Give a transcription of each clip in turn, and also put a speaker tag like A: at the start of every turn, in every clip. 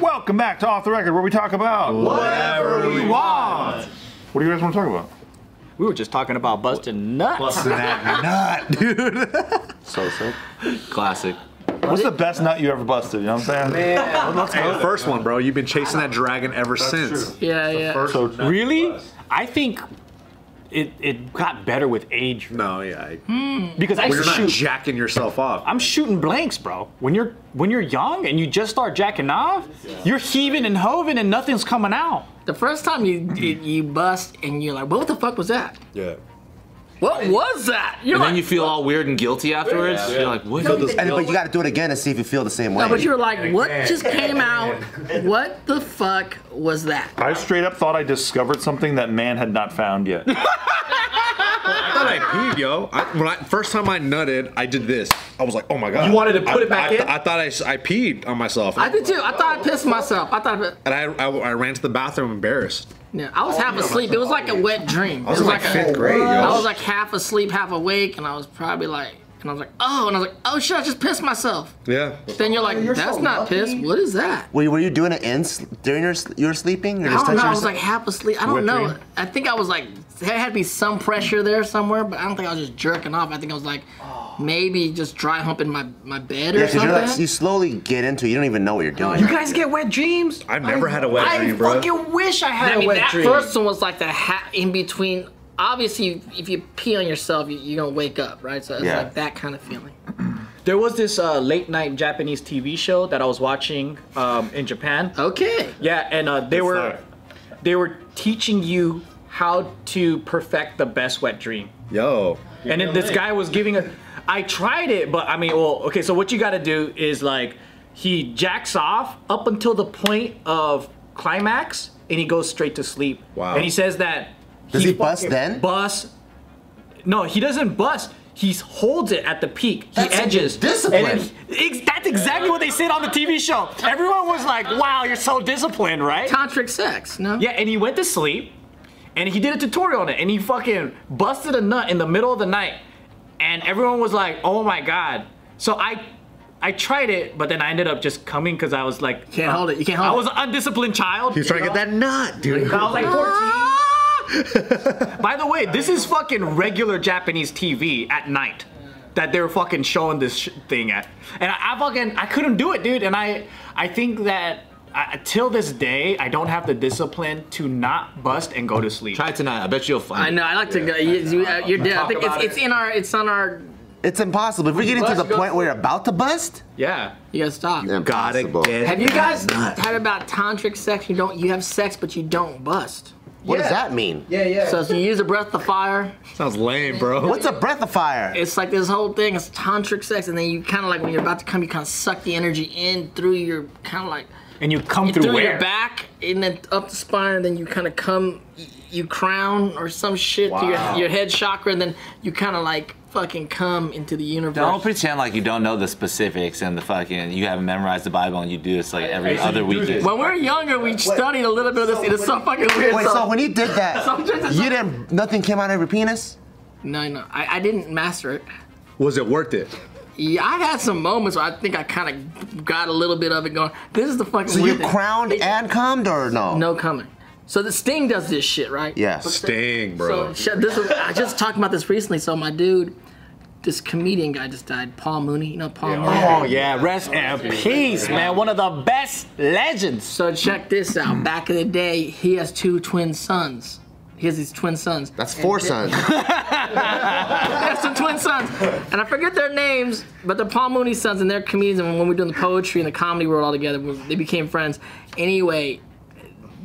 A: Welcome back to Off the Record, where we talk about
B: Whatever we
A: want. What do you guys want to talk about?
C: We were just talking about busting nuts.
B: Busting that nut, dude.
D: So sick.
C: Classic.
A: What's the best nut you ever busted? You know what I'm saying?
B: the first one, bro. You've been chasing that dragon ever since.
C: Yeah, yeah.
A: So
C: Really? I think it it got better with age
B: No, yeah.
C: because I
B: Well,
C: used
B: you're
C: to shoot.
B: not jacking yourself off.
C: I'm shooting blanks, bro. When you're when you're young and you just start jacking off, you're heaving and hoving and nothing's coming out.
E: The first time you you, you bust and you're like, what the fuck was that?
B: Mm. yeah.
E: What was that? You're
D: And
E: like,
D: then you feel all weird and guilty afterwards. You're like, what?
F: And, but you got to do it again to see if you feel the same way.
E: no, but you were like, what just came out? What the fuck was that?
A: I straight up thought I discovered something that man had not found yet.
B: I thought I peed, yo. I, when I first time I nutted, I did this. I was like, oh my god.
C: You wanted to put
B: I-
C: it back
B: I,
C: in?
B: I, thought I, s- I peed on myself,
E: I did too. I thought I pissed myself. I thought, I,
B: and I, I, I ran to the bathroom embarrassed.
E: yeah, I was half asleep. It was like a wet dream.
B: I was
E: it
B: in
E: was
B: like fifth grade, yo.
E: I was like half asleep, half awake, and I was probably like, and I was like, oh, and I was like, oh shit, I just pissed myself.
B: yeah.
E: Then you're like, that's not piss. What is that?
F: were, you, were you doing it in s- during your s- you were sleeping? You're
E: I
F: just
E: don't know.
F: touching
E: I was
F: yourself?
E: like half asleep. I don't know. I think I was like there had to be some pressure there somewhere, but I don't think I was just jerking off. I think I was like maybe just dry humping my my bed or
F: yeah, because
E: something.
F: you're like you slowly get into. it. You don't even know what you're doing.
C: guys get wet dreams.
B: I've never had a wet dream, bro.
C: wish I had
E: I mean, that first one was like the hat in between. Obviously, if you pee on yourself, you, you're gonna wake up, right? So it's
F: Yeah.
E: like that kind of feeling.
C: There was this uh, late night Japanese TV show that I was watching um, in Japan.
E: Okay.
C: Yeah, and uh, they were they were teaching you how to perfect the best wet dream.
B: Yo.
C: and then this guy was giving a i tried it but i mean well okay so what you gotta do is like he jacks off up until the point of climax and he goes straight to sleep
B: Wow.
C: and he says that
F: Does he bust
C: fucking
F: then?
C: bust no he doesn't bust he holds it at the peak. He
F: That's
C: edges.
F: discipline.
C: And then he- ex- that's exactly what they said on the TV show. Everyone was like, "Wow, you're so disciplined, right?"
E: Tantric sex, no?
C: Yeah, and he went to sleep, and he did a tutorial on it, and he fucking busted a nut in the middle of the night, and everyone was like, "Oh my god!" So I, I tried it, but then I ended up just coming because I was like,
E: Can't hold it. You can't hold
C: I
E: it.
C: was an undisciplined child.
B: He's trying to get that nut, dude.
C: I was like 14. By the way, this is fucking regular Japanese TV at night that they were fucking showing this sh- thing at, and I, I fucking I couldn't do it, dude. And I I think that. I, till this day, I don't have the discipline to not bust and go to sleep.
D: Try it tonight. I bet you'll find
E: I know. I like to go. You, you, uh, you're dead. I think
C: about
E: it's, it's in our. It's on our.
F: it's impossible. If we're getting to the point where you're about to bust,
C: Yeah.
E: You gotta stop.
B: Gotta
D: Impossible.
B: get
E: Have you guys had about tantric sex? You don't. You have sex, but you don't bust.
F: what does that mean?
E: So, so you use a breath of fire.
B: Sounds lame, bro.
F: What's a breath of fire?
E: It's like this whole thing. It's tantric sex, and then you kind of like when you're about to come, you kind of suck the energy in through your kind of like
C: And you come
E: through,
C: through where?
E: your back and then up the spine, and then you kind of come, y- you crown or some shit to your, your head chakra, and then you kind of like fucking come into the universe.
D: Don't pretend like you don't know the specifics and the fucking you haven't memorized the Bible and you do this like every other weekend.
E: when we were younger, we studied a little bit of this. and It is so fucking weird.
F: Wait, so when he did that,
E: Sometimes
F: you
E: it's-
F: didn't. Nothing came out of your penis.
E: No, no, I, I didn't master it.
B: Was it worth it?
E: Yeah, I've had some moments where I think I kind of got a little bit of it going. This is the fucking.
F: So you
E: weird thing.
F: crowned and cummed or no?
E: No coming. So the Sting does this shit, right?
F: Yes.
B: Sting,
E: So
B: bro.
E: sh- this is, I just talked about this recently. So my dude, this comedian guy just died, Paul Mooney. You know Paul Mooney.
C: Oh yeah, rest in peace, man. One of the best legends.
E: So check this out. Back in the day, he has two twin sons. He has these twin sons.
F: That's four sons.
E: That's the twin sons. And I forget their names, but they're Paul Mooney sons, and they're comedians. And when we were doing the poetry and the comedy world all together, we- they became friends. Anyway,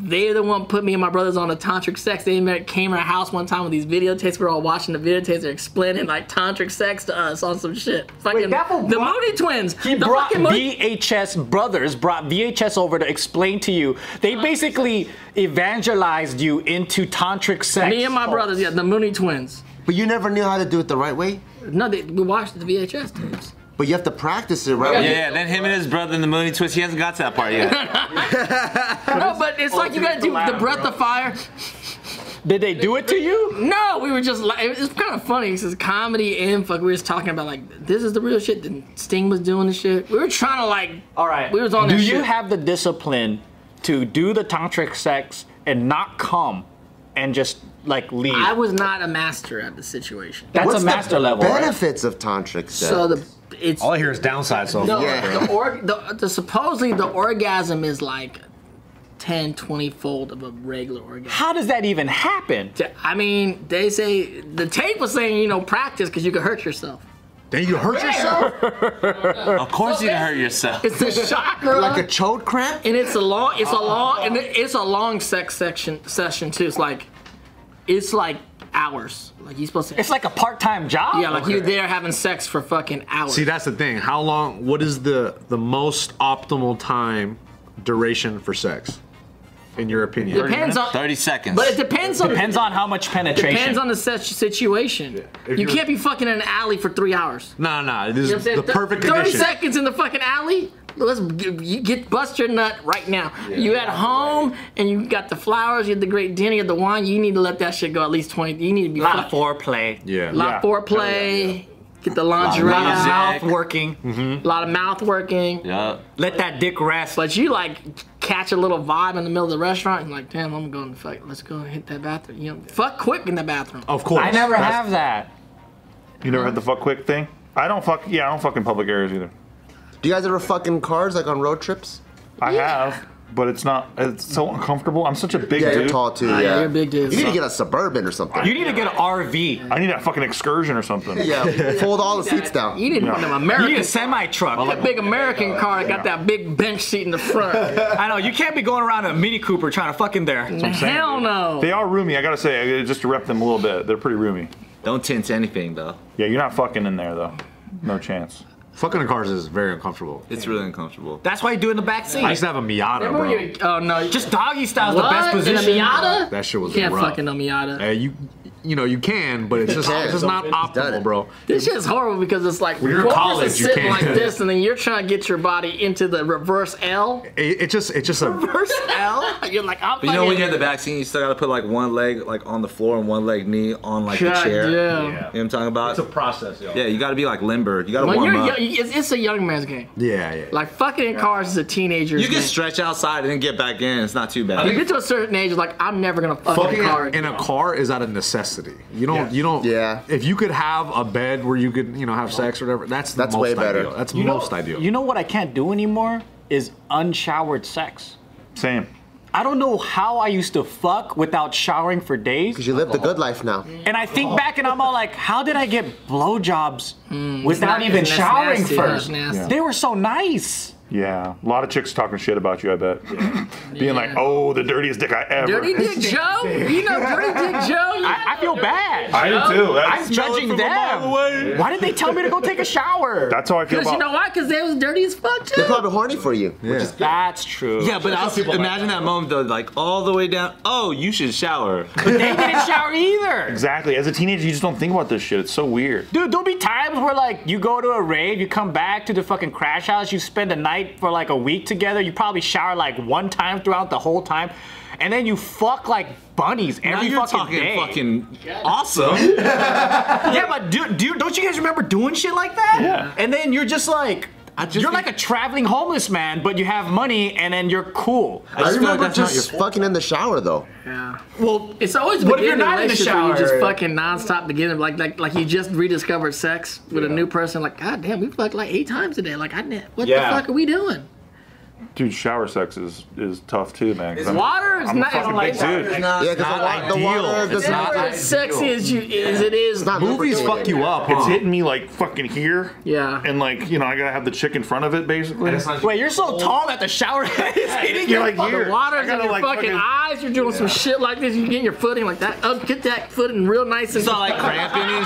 E: they're the one put me and my brothers on the tantric sex. They met- came to our house one time with these videotapes. We were all watching the videotapes. They're explaining like tantric sex to us on some shit. Fucking
C: that fool
E: the
C: brought-
E: Mooney twins.
C: He
E: the
C: brought
E: fucking Mooney-
C: VHS brothers brought VHS over to explain to you. They basically evangelized you into tantric sex. Oh.
E: me and my brothers. Yeah, the Mooney twins.
F: But you never knew how to do it the right way.
E: No, they, we watched the VHS tapes.
F: But you have to practice it right.
D: yeah, yeah, then him and his brother in the Mooney Twist, he hasn't got to that part yet.
E: No, but it's like you gotta do the breath of fire.
C: Did they do it to you?
E: No, we were just like it was kind of funny because comedy and fuck. We were just talking about like this is the real shit. And Sting was doing this shit. We were trying to like.
C: All right.
E: We was on.
C: Do
E: that
C: you
E: shit.
C: have the discipline to do the tantric sex and not come and just like leave?
E: I was not a master at the situation.
C: That's
F: What's
C: a
F: the
C: master level. right?
F: Benefits of tantric sex.
E: So the it's
G: All I hear is downside so
E: the,
G: far.
F: Yeah.
E: the, org, the, the supposedly the orgasm is like 10, 20 fold of a regular orgasm.
C: How does that even happen?
E: I mean, they say the tape was saying you know practice because you could hurt yourself.
B: Then you hurt yourself.
D: Of course you can hurt yourself.
E: It's a chakra.
F: like a chode cramp?
E: and it's a long it's a long and it- it's a long sex section session too it's like it's like hours like you're supposed to
C: It's like a part-time job.
E: yeah like you're there having sex for fucking hours
B: See, that's the thing. How long? What is the the most optimal time duration for sex, in your opinion?
E: depends on
D: 30 seconds.
E: but it depends on
C: Depends on how much penetration.
E: depends on the sex situation
B: If
E: you
B: you're-
E: can't be fucking in an alley for three hours
B: No, no. This
E: you know what I'm
B: is
E: saying?
B: the
E: Thir-
B: perfect
E: 30
B: condition.
E: seconds in the fucking alley Let's g- you get bust your nut right now. you at home and you got the flowers, you had the great dinner, you had the wine. You need to let that shit go at least twenty. You need to be
C: a lot
E: fucking-
C: of foreplay.
B: Yeah.
E: A lot of foreplay. Get the lingerie
D: Lot of
E: out.
D: music.
C: Mouth working.
E: A lot of mouth working.
D: Yup.
C: Let that dick rest.
E: But you like catch a little vibe in the middle of the restaurant and like, damn, I'm going to fuck. Let's go and hit that bathroom. You know, fuck quick in the bathroom.
B: Of course.
C: I never
B: That's-
C: have that.
A: You never had the fuck quick thing? I don't fuck. Yeah, I don't fuck in public areas either.
F: Do you guys ever fuck in cars, like on road trips?
A: I have, but it's not. It's so uncomfortable. I'm such a big
F: Yeah,
A: dude.
F: you're tall too. yeah.
E: you're a big dude.
F: You need to get a suburban or something.
C: You need to get an RV.
A: I need a fucking excursion or something.
F: yeah, fold all the seats down.
E: You need one of them
C: You need
E: American.
C: a semi truck.
E: that big American car that got that big bench seat in the front.
C: I know you can't be going around in a Mini Cooper trying to fuck in there.
A: I'm saying,
E: Hell
A: dude.
E: no.
A: They are roomy. I gotta say, I- just to rep them a little bit, they're pretty roomy.
D: Don't tense anything though.
A: Yeah, you're not fucking in there though. No chance.
B: Fucking in cars is very uncomfortable.
D: It's really uncomfortable.
C: That's why you do it in the back
B: I
C: seat.
B: used to have a Miata,
E: Remember
B: bro.
E: you- oh no, just
C: Just doggy style's the
E: what?
C: best position.
E: In a Miata?
B: That shit was
E: Can't
B: rough.
E: fucking a Miata.
B: Uh, you, you know, you can, but it's just,
F: can.
B: it's just not
F: Done
B: optimal,
F: it.
B: bro.
E: This shit's horrible because it's like
B: you're in
E: one
B: college,
E: person's
B: you
E: sitting
B: can't.
E: like this, and then you're trying to get your body into the reverse L.
B: It, it just, it's just a.
E: Reverse L. You're like, I'm.
D: But you know when
E: fucking-
D: you're in the back seat, you still gotta put like one leg like on the floor and one leg knee on like
E: God
D: the chair.
E: damn.
D: You know what I'm talking about?
B: process, yo.
D: yeah, you gotta be like limber. You gotta
E: When
D: warm
E: you're
D: up.
E: young, it's, it's a young man's game.
B: Yeah, yeah.
E: Like fucking in cars is a teenager's
D: you can
E: game.
D: stretch outside and then get back in. It's not too bad.
E: you get to a certain age, like I'm never gonna fuck
B: fucking
E: in a car.
B: in a car is out of necessity. You don't, you don't.
F: Yeah.
B: If you could have a bed where you could, you know, have sex or whatever, that's the
F: That's
B: most
F: way better.
B: ideal. That's
C: You know-
B: most ideal.
C: You know what I can't do anymore is unshowered sex.
A: Same.
C: I don't know how I used to fuck without showering for days.
F: You live the good life now.
C: And I think back and I'm all like, how did I get blowjobs without
E: not-
C: even
E: that's
C: showering
E: nasty,
C: first?
E: that's nasty.
C: They were so nice.
A: Yeah, a lot of chicks talking shit about you. I bet. Being like, oh, the dirtiest dick I ever.
E: Dirty Dick Joe, you know Dirty Dick Joe. You
C: I, I feel bad.
A: I do too.
C: I'm
A: That's,
C: judging them. Why did they tell me to go take a shower?
A: that's how I feel
E: Cause
A: about.
E: you know why? Cause they was dirty as fuck
F: They're
E: too.
F: probably horny for you. Yeah.
C: That's true.
D: yeah, but I was, imagine that moment though, like all the way down. Oh, you should shower.
C: They didn't shower either.
A: exactly. As a teenager, you just don't think about this shit. It's so weird.
C: Dude, there'll be times where like you go to a rave, you come back to the fucking crash house, you spend a night for like a week together, you probably shower like one time throughout the whole time, and then you fuck like bunnies
D: now
C: every
D: you're
C: fucking
D: talking
C: day.
D: fucking awesome.
C: yeah, but dude, do, don't you guys remember doing shit like that?
A: Yeah.
C: And then you're just like.
D: I just
C: you're
D: think-
C: like a traveling homeless man, but you have money and then you're cool.
D: I just feel like
F: remember
D: that's not your
F: just fucking in the shower though.
C: Well,
E: It's always the
C: What if you're
E: beginning of
C: not in the
E: relationship where You just
C: shower?
E: fucking nonstop beginning, like like like you just rediscovered sex with a new person. Like God damn, we fucked like eight times today. Like I, ne- what
D: Yeah.
E: the fuck are we doing?
A: Dude, shower sex is is tough too, man. 'cause I'm-
E: Water is
A: I'm
E: not
A: a fucking
E: like
A: big dude.
F: yeah, because the, wa- the water does not.
E: as sexy as you is it is.
F: It's not
B: Movies
F: lubricated.
B: fuck you up,
A: It's
B: huh?
A: hitting me like fucking here.
E: Yeah.
A: And like, you know, I gotta have the chick in front of it basically.
C: wait, you're so tall that the shower head is hitting
A: You're
C: your
A: like
C: fucking-
A: here.
E: The water's
A: I
E: in
A: gotta,
E: your
A: like,
E: fucking, eyes. You're doing some shit like this. You getting your footing like that. Up, get that footing real nice and.
D: It's not like cramping and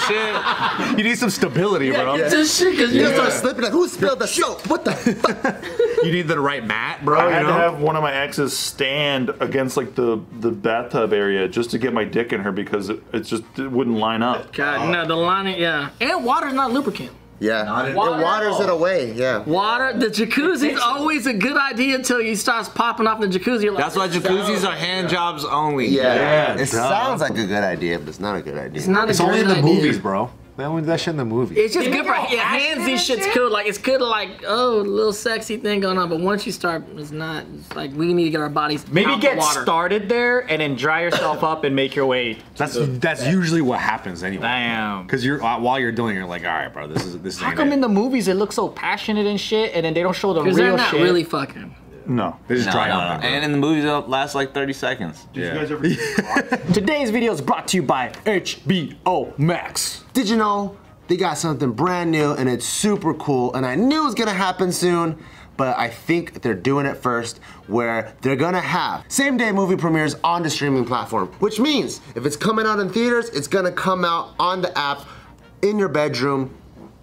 D: shit.
B: You need some stability, bro.
E: Get this shit, 'cause
F: You
E: you're
F: just start
E: just
F: slipping like, who spilled the soap? What the fuck?
B: You need the right mat, bro.
A: I had
B: Oh, you
A: to
B: know?
A: have one of my exes stand against like the the bathtub area just to get my dick in her because it, it's just it wouldn't line up.
E: God, no, the line, yeah. And water's not lubricant.
F: Yeah.
B: Not in-
F: it waters it away. Yeah.
E: Water, the jacuzzi's always a good idea until he starts popping off in the jacuzzi. You're like,
G: That's why jacuzzis are hand jobs only.
F: Yeah.
B: Yeah,
F: it
B: duh.
F: sounds like a good idea, but it's not a good idea.
E: It's not a
B: It's
E: good
B: only in the
E: idea.
B: movies, bro. They only do that shit in the movies.
E: It's just good for yeah, handsy shit's cool. Like it's good, like oh, little sexy thing going on. But once you start, it's not. It's like we need to get our bodies.
C: Maybe
E: out
C: get
E: the water.
C: started there and then dry yourself up and make your way.
B: That's that's usually what happens anyway.
C: Damn.
B: Because you're uh, while you're doing, it, you're like, all right, bro, this is this is.
C: How come in the movies it looks so passionate and shit, and then they don't show the real
E: Because they're not
C: shit?
E: really fucking.
A: No.
B: They just
D: No,
B: dry
D: no,
B: out.
D: no. And in the movies, it lasts like 30 seconds.
B: yeah.
C: Today's video is brought to you by HBO Max.
F: Did you know they got something brand new and it's super cool? And I knew it was gonna happen soon, but I think they're doing it first where they're gonna have same day movie premieres on the streaming platform, which means if it's coming out in theaters, it's gonna come out on the app in your bedroom,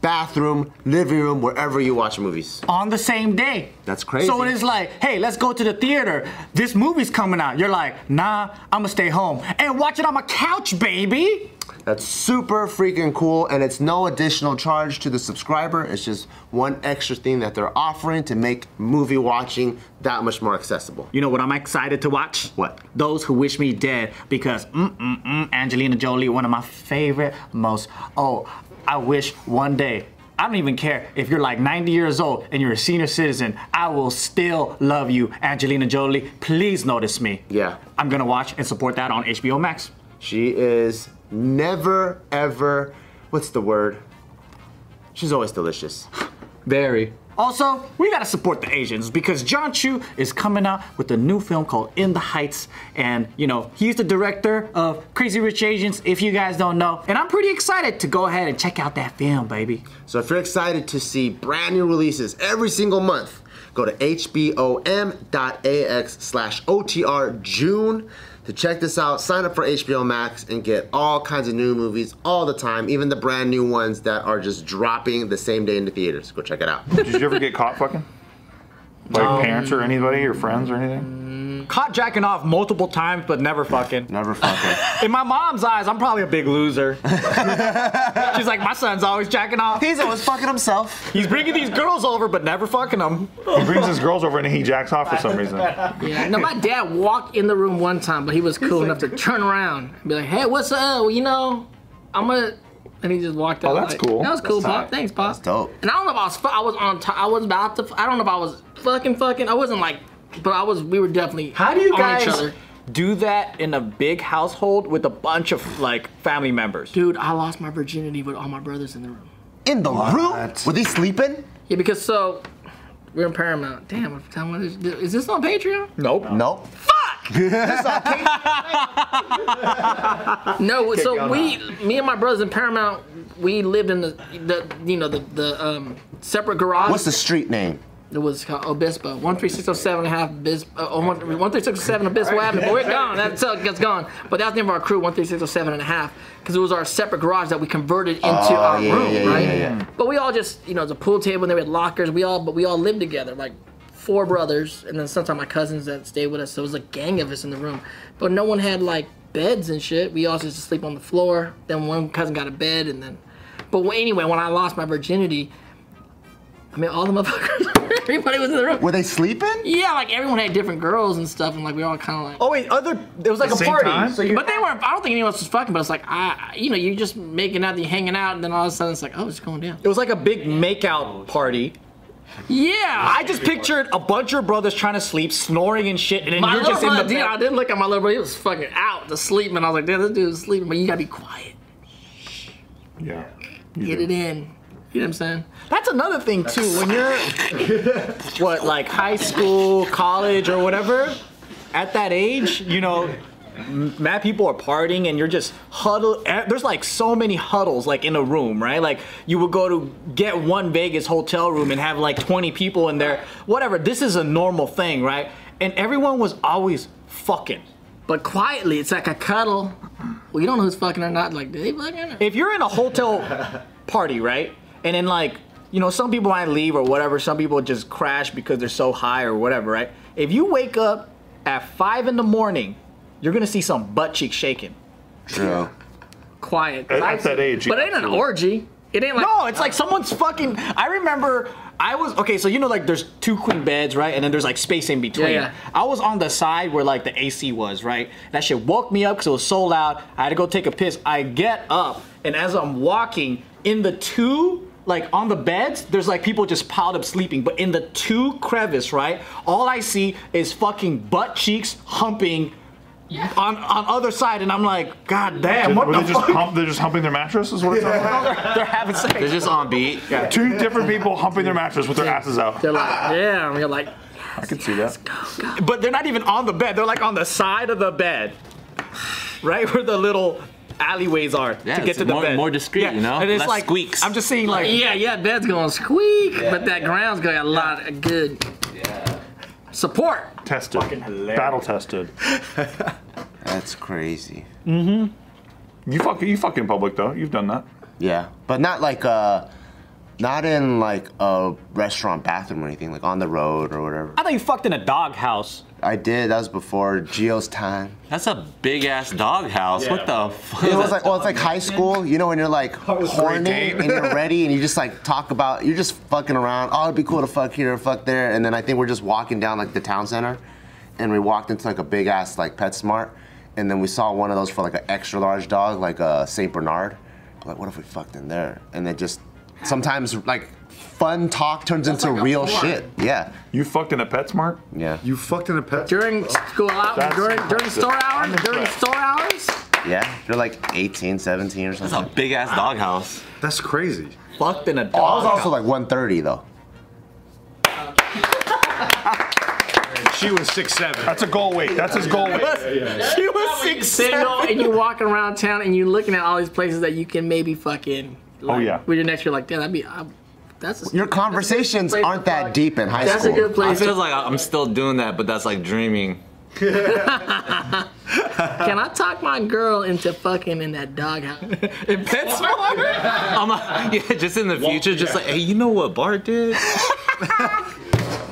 F: bathroom, living room, wherever you watch movies.
C: On the same day.
F: That's crazy.
C: So it is like, hey, let's go to the theater. This movie's coming out. You're like, nah, I'm gonna stay home and watch it on my couch, baby.
F: That's super freaking cool, and it's no additional charge to the subscriber. It's just one extra thing that they're offering to make movie watching that much more accessible.
C: You know what I'm excited to watch?
F: What?
C: Those Who Wish Me Dead because mm mm mm Angelina Jolie, one of my favorite most. Oh, I wish one day. I don't even care if you're like 90 years old and you're a senior citizen. I will still love you, Angelina Jolie. Please notice me.
F: Yeah.
C: I'm gonna watch and support that on HBO Max.
F: She is never, ever, what's the word? She's always delicious.
C: Very. Also, we gotta support the Asians because John Chu is coming out with a new film called In the Heights. And, you know, he's the director of Crazy Rich Asians, if you guys don't know. And I'm pretty excited to go ahead and check out that film, baby.
F: So if you're excited to see brand new releases every single month, go to hbom.ax slash OTR June to check this out. Sign up for HBO Max and get all kinds of new movies all the time, even the brand new ones that are just dropping the same day in the theaters. Go check it out.
A: Did you ever get caught fucking? By your parents or anybody or friends or anything?
C: Caught jacking off multiple times, but never fucking.
F: Never fucking.
C: In my mom's eyes, I'm probably a big loser. She's like, my son's always jacking off.
F: He's always fucking himself.
C: He's bringing these girls over, but never fucking them.
A: He brings his girls over and he jacks off for some reason.
E: Yeah. No, my dad walked in the room one time, but he was cool enough to turn around and be like, "Hey, what's up? Well, you know, I'm gonna." And he just walked out.
A: Oh, that's
E: like,
A: cool.
E: That was cool,
A: That's
E: pop. Thanks, pop.
F: dope.
E: And I don't know if I was. fu- I was on. T- I was about to. f- I don't know if I was fucking fucking. I wasn't like. But I was. We were definitely.
C: How do you
E: on Each
C: guys
E: other.
C: do that in a big household with a bunch of like family members?
E: Dude, I lost my virginity with all my brothers in the room.
F: In the room?
G: What?
F: Were they sleeping?
E: Yeah, because so we're in Paramount. Damn, what time was this? Is this on Patreon?
C: Nope.
F: Nope.
E: No, so we, me and my brothers in Paramount, we lived in the, the you know, the, the um, separate garage.
F: What's the street name?
E: It was called Obispo. 13607 and a half Bis, uh, oh, one- 13607 Obispo Avenue. But we're gone. That's, uh, that's gone. But that was the name of our crew, 13607 and a half, because it was our separate garage that we converted into our
F: Oh, yeah,
E: room,
F: yeah, yeah,
E: right?
F: yeah, yeah.
E: But we all just, you know, the pool table and then we had lockers. We all, but we all lived together, like four brothers, and then sometimes my cousins that stayed with us. So it was a gang of us in the room. But no one had like beds and shit. We all just sleep on the floor. Then one cousin got a bed, and then. But wh- anyway, when I lost my virginity, I mean, all the motherfuckers, everybody was in the room.
F: Were they sleeping?
E: Yeah, like everyone had different girls and stuff, and like we all kind of like.
C: Oh wait, other it was like a
B: same
C: party.
B: time?
C: So you
E: But they weren't. I don't think anyone else was fucking. But it's like I, I- you know, you're just making out, you're hanging out, and then all of a sudden it's like, oh, it's going down.
C: it was like a big makeout party.
E: Yeah,
C: I just pictured a bunch of brothers trying to sleep, snoring and shit, and then
E: My
C: you're
E: little
C: just in the
E: brother, dude, I
C: bed.
E: didn't look at my little brother. He was fucking out to sleep, and I was like, damn, this dude is sleeping. But you gotta be quiet.
A: Yeah.
E: Get it in. You know what I'm saying?
C: That's another thing too. When you're what like high school, college, or whatever, at that age, you know. m- Mad people are partying and you're just huddled. eh, There's like so many huddles like in a room, right? Like you would go to get one Vegas hotel room and have like 20 people in there. Whatever. This is a normal thing, right? And everyone was always fucking.
E: But quietly, it's like a cuddle. Well, you don't know who's fucking or not. Like, did they fucking? Or?
C: if you're in a hotel party, right? And then like, you know, some people might leave or whatever, some people just crash because they're so high or whatever, right? If you wake up at five in the morning, you're gonna see some butt cheek shaking.
F: True.
E: quiet.
A: At- at that age,
E: But
A: yeah,
E: ain't an
A: absolutely.
E: orgy. It ain't like
C: no, it's like someone's fucking. I remember I was okay. So you know, like there's two queen beds, right? And then there's like space in between.
E: Yeah, yeah.
C: I was on the side where like the AC was, right? That shit woke me up because it was so loud. I had to go take a piss. I get up, and as I'm walking in the two. Like on the beds, there's like people just piled up sleeping, but in the two crevice, right? All I see is fucking butt cheeks humping on on other side, and I'm like, God damn, what
A: Were
C: the
A: they just
C: fuck?
A: hump, they're just humping their mattress? Is what it's yeah.
C: They're having sex.
D: They're just on beat.
A: Two different people humping their mattress with their asses out.
E: they're like yeah, and you're like
A: I can see that.
C: But they're not even on the bed. They're like on the side of the bed, right where the little alleyways are
D: Yeah,
C: to get
D: it's
C: to the
D: more-
C: bed.
D: more discreet, you know?
C: And it's
D: Less
C: like
D: squeaks.
C: I'm just seeing like
E: yeah, yeah, bed's going squeak, but that ground's got a lot of good support.
A: Tested.
C: hilarious.
A: Battle tested.
F: That's crazy.
A: You fuck you fuck in public though. You've done that.
F: Yeah, but not like uh, not in like a restaurant bathroom or anything, like on the road or whatever.
C: I thought you fucked in a dog house.
F: I did. That was before Geo's time.
D: That's a big ass dog house. What the fuck?
F: It was like, well, it's like high school, you know, when you're like horny and you're ready and you just like talk about, you're just fucking around. Oh, it'd be cool to fuck here, fuck there. And then I think we're just walking down like the town center and we walked into like a big ass like PetSmart. And then we saw one of those for like an extra large dog, like a St. Bernard. I'm like, what if we fucked in there? And then just sometimes like fun talk turns into real shit. Yeah.
A: You fucked in a PetSmart?
F: Yeah.
B: You fucked in a pet.
E: During school hours,
A: That's
E: during during
A: impressive.
E: store hours,
A: I'm
E: during
A: impressed.
E: store hours.
F: Yeah. You're like 18, 17 or
D: That's
F: something.
D: a big ass dog house.
B: That's crazy.
C: Fucked in a
F: Oh, I was
C: dog.
F: also like 130 though.
B: She was six seven.
A: That's a goal weight. That's his goal weight.
C: she was six
E: Single,
C: seven.
E: and you walking around town and you looking at all these places that you can maybe fucking. Like,
A: yeah.
E: With your next, you're like, damn, that'd be. I, that's a,
F: Your conversations
E: place to
F: aren't that
E: fuck.
F: deep in high
E: That's
F: school.
E: a good
D: It
E: place.
D: feels like I'm still doing that, but that's like dreaming.
E: Can I talk my girl into fucking in that doghouse?
C: In PetSmart.
D: I'm like, yeah, just in the future, just like, hey, you know what Bart did?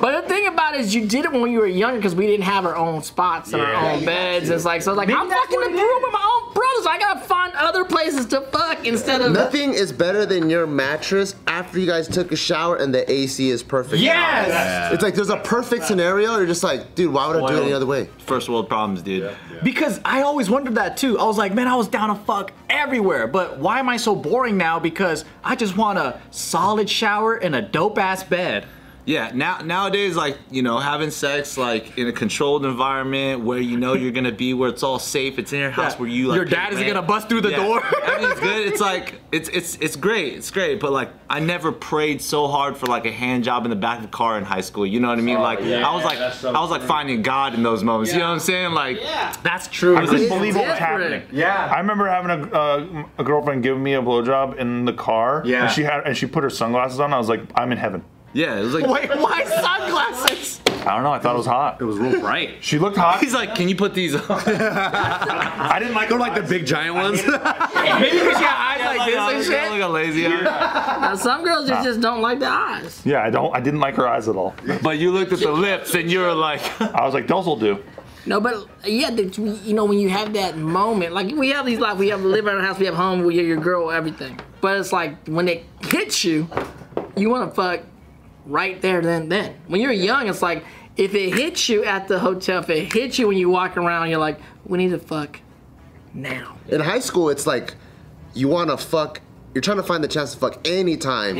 E: But the thing about it is, you did it when you were younger because we didn't have our own spots and our own beds. It's like so, it's like I'm fucking in the room with my own brothers. I gotta find other places to fuck instead of.
F: Nothing is better than your mattress after you guys took a shower and the AC is perfect.
C: Yes!
F: It's like there's a perfect scenario, you're just like, dude, why would I do it any other way?
D: First world problems, dude.
C: Because I always wondered that too. I was like, man, I was down to fuck everywhere, but why am I so boring now? Because I just want a solid shower and a dope ass bed.
D: Yeah, now nowadays, like you know, having sex like in a controlled environment where you know you're gonna be, where it's all safe. It's in your house,
C: Yeah.
D: where you like
C: Your dad
D: pay
C: isn't
D: rent.
C: gonna bust through the door.
D: Everything's good. It's like it's it's it's great. It's great. But like I never prayed so hard for like a hand job in the back of the car in high school. You know what I mean? Like I was like I was like finding God in those moments. You know what I'm saying? Like
C: That's true.
A: I couldn't
E: It's
A: believe what was
E: different.
A: happening. Yeah. I remember having a, uh, a girlfriend give me a blowjob in the car.
G: Yeah.
A: And she had and she put her sunglasses on. I was like, I'm in heaven.
D: yeah, it was like
C: Wait, why sunglasses?
A: I don't know. I thought it was hot.
B: It was real bright.
A: She looked hot.
D: he's like, can you put these on?
A: I didn't like
B: They're like the big giant ones.
C: Maybe we should have eyes like
D: Like, oh,
C: this and
D: like
C: shit.
D: a lazy eye.
E: Now, some girls just, just don't like the eyes.
A: Yeah, I don't. I didn't like her eyes at all.
D: But you looked at the lips and you were like,
A: I was like, those will do.
E: No, but yeah, that you you know when you have that moment, like we have these life, we have live in our house, we have home, we have your girl, everything. But it's like when it hits you, you want to fuck right there then then. When you're young, it's like if it hits you at the hotel, if it hits you when you walk around, you're like, we need to fuck now.
F: In high school, it's like you wanna fuck, you're trying to find the chance to fuck anytime.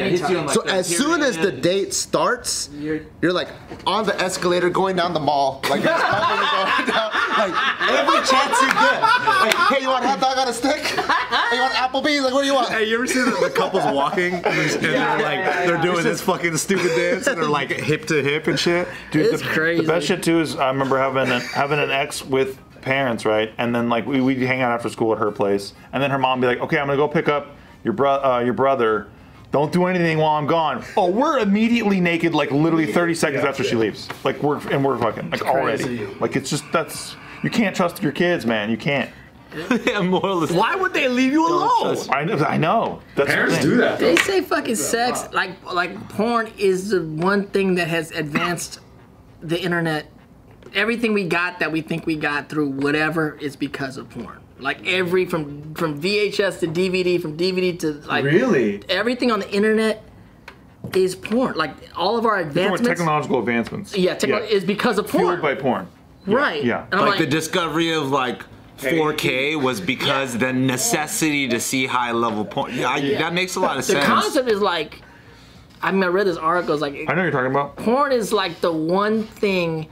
F: so as soon as the date starts, you're, like on the escalator going down the mall, like, you're just going down, like every chance you get. Like, hey, you want a hot dog on a stick? Hey, you want Applebee's? Like, what do you want?
B: Hey, you ever see the, the couples walking and, they're- and they're like they're doing this fucking stupid dance and they're like hip to hip and shit?
A: Dude,
E: It's
A: the,
E: crazy.
A: The best shit too is I remember having an, having an ex with parents, right? And then like we would hang out after school at her place, and then her mom would be like, "Okay, I'm gonna go pick up your bro uh, your brother. Don't do anything while I'm gone." Oh, we're immediately naked, like literally 30 seconds after she leaves. Like we're and we're fucking like already. Like it's just that's you can't trust your kids, man. You can't.
D: yeah, moral is
C: Why would they leave you alone?
A: I know. I know. That's the
G: Parents
A: thing.
G: do that.
E: They say fucking sex, like like porn, is the one thing that has advanced the internet. Everything we got that we think we got through whatever is because of porn. Like every from from VHS to DVD, from DVD to like
B: Really?
E: everything on the internet is porn. Like all of our
A: More
E: advancements,
A: technological advancements.
E: yeah, techno- is because of porn,
A: fueled by porn.
E: right?
A: yeah.
E: And I'm
D: Like the discovery of like 4K was because the necessity to see high level porn. Yeah, I- that makes a lot of
E: the
D: sense.
E: concept is like, I mean, I read this article. It's like
A: I know what you're talking about.
E: porn is like the one thing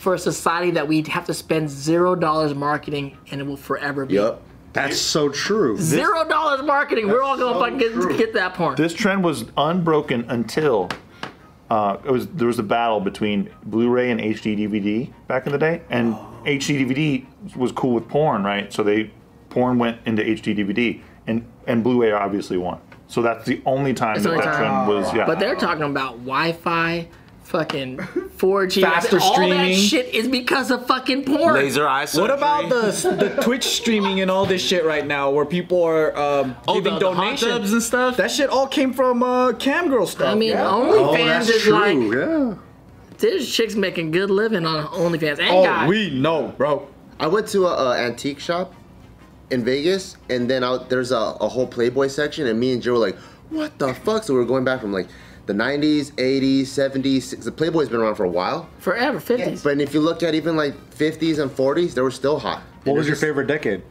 E: for a society that we have to spend zero dollars marketing, and it will forever be
B: Yep. That's so true.
E: zero dollars marketing. We're all gonna fucking get, get that porn.
A: This trend was unbroken until uh, it was there was a battle between Blu-ray and HD DVD back in the day, and HD DVD was cool with porn, right? So they porn went into HD DVD, and and Blu-ray obviously won. So that's the only time
E: It's
A: that,
E: the only
A: that
E: time.
A: trend was yeah.
E: But they're talking about Wi-Fi, fucking 4G,
C: Faster
E: all
C: streaming.
E: that shit is because of fucking porn.
D: Laser eye surgery.
C: What about the the Twitch streaming and all this shit right now, where people are um,
D: oh, the,
C: giving
D: the hot tubs
C: donations?
D: and stuff?
C: That shit all came from uh, cam girl stuff.
E: I mean,
B: Oh,
E: OnlyFans
B: that's
E: is like
B: true. Yeah.
E: there's chicks making good living on OnlyFans and
B: Oh,
E: guys.
B: we know, bro.
F: I went to a, a antique shop in Vegas, and then out there's a, a whole Playboy section, and me and Joe were like, "What the fuck?" So we were going back from like the 90s, 80s, 70s. The Playboy's been around for a while,
E: forever 50s.
F: but if you looked at even like 50s and 40s, they were still hot.
B: What was your favorite decade?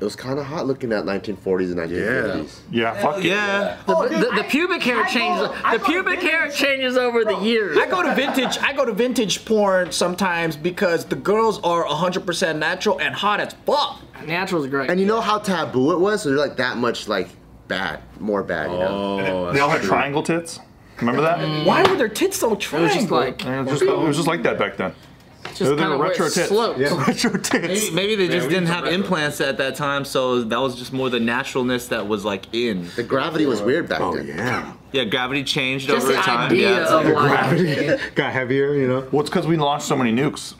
F: It was kind of hot looking at 1940s and 1950s.
A: yeah, fuck yeah.
D: yeah.
B: Oh,
E: the, the- the pubic hair changes. the pubic hair changes over the years.
C: I go to vintage. I go to vintage porn sometimes because the girls are 100% natural and hot as fuck.
E: Natural's great.
F: And you know how taboo it was, so they're like that much like bad, more bad, you know.
B: Oh,
A: They all had triangle tits. Remember that?
E: Mm.
C: Why were their tits so
E: it
C: triangle?
E: was just like
A: And It was, just, it was just like that back then.
E: just
A: They're the
E: kind of
A: retro tits.
E: slope.
A: Retro tits.
D: Maybe, maybe they just didn't have implants at that time, so that was just more the naturalness that was like in.
F: The gravity was weird back then.
B: Oh, yeah.
D: Yeah, gravity changed
E: Just
D: over
E: the
D: time.
E: idea
D: yeah, it's
E: of
D: like-
E: like
B: Got heavier, you know?
A: Well, it's because we launched so many nukes.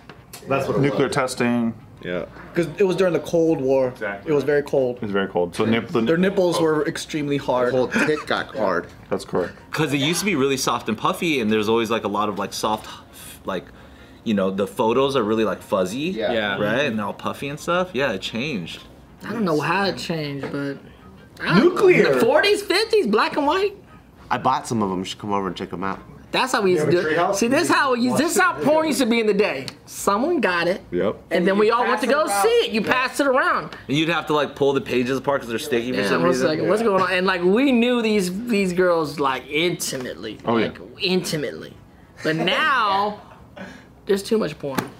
A: That's what nuclear testing
B: Yeah.
C: Because it was during the Cold War.
A: Exactly.
C: It was very cold.
A: is very cold. So nip
C: Their
A: the,
C: nipples
D: Oh.
C: were extremely hard.
F: Whole tit got hard.
A: that's correct.
D: because it used to be really soft and puffy, and there's always like a lot of like soft, like, you know, the photos are really like fuzzy,
F: Yeah. Yeah.
D: right, and all puffy and stuff. Yeah, it changed.
E: I don't know how it changed, but I don't-
C: Nuclear.
E: The 40s, 50s, black and white.
F: I bought some of them. You should come over and check them out.
E: That's how we used to do it. See, this how you, this how porn used to be in the day. Someone got it,
B: Yep.
E: and then we all went to go see it. You passed it around.
D: And you'd have to like pull the pages apart because they're sticky for
E: Yeah,
D: some
E: what's,
D: reason.
E: like, what's going on? And like we knew these these girls like intimately,
A: Oh, yeah.
E: like intimately. But now there's too much porn.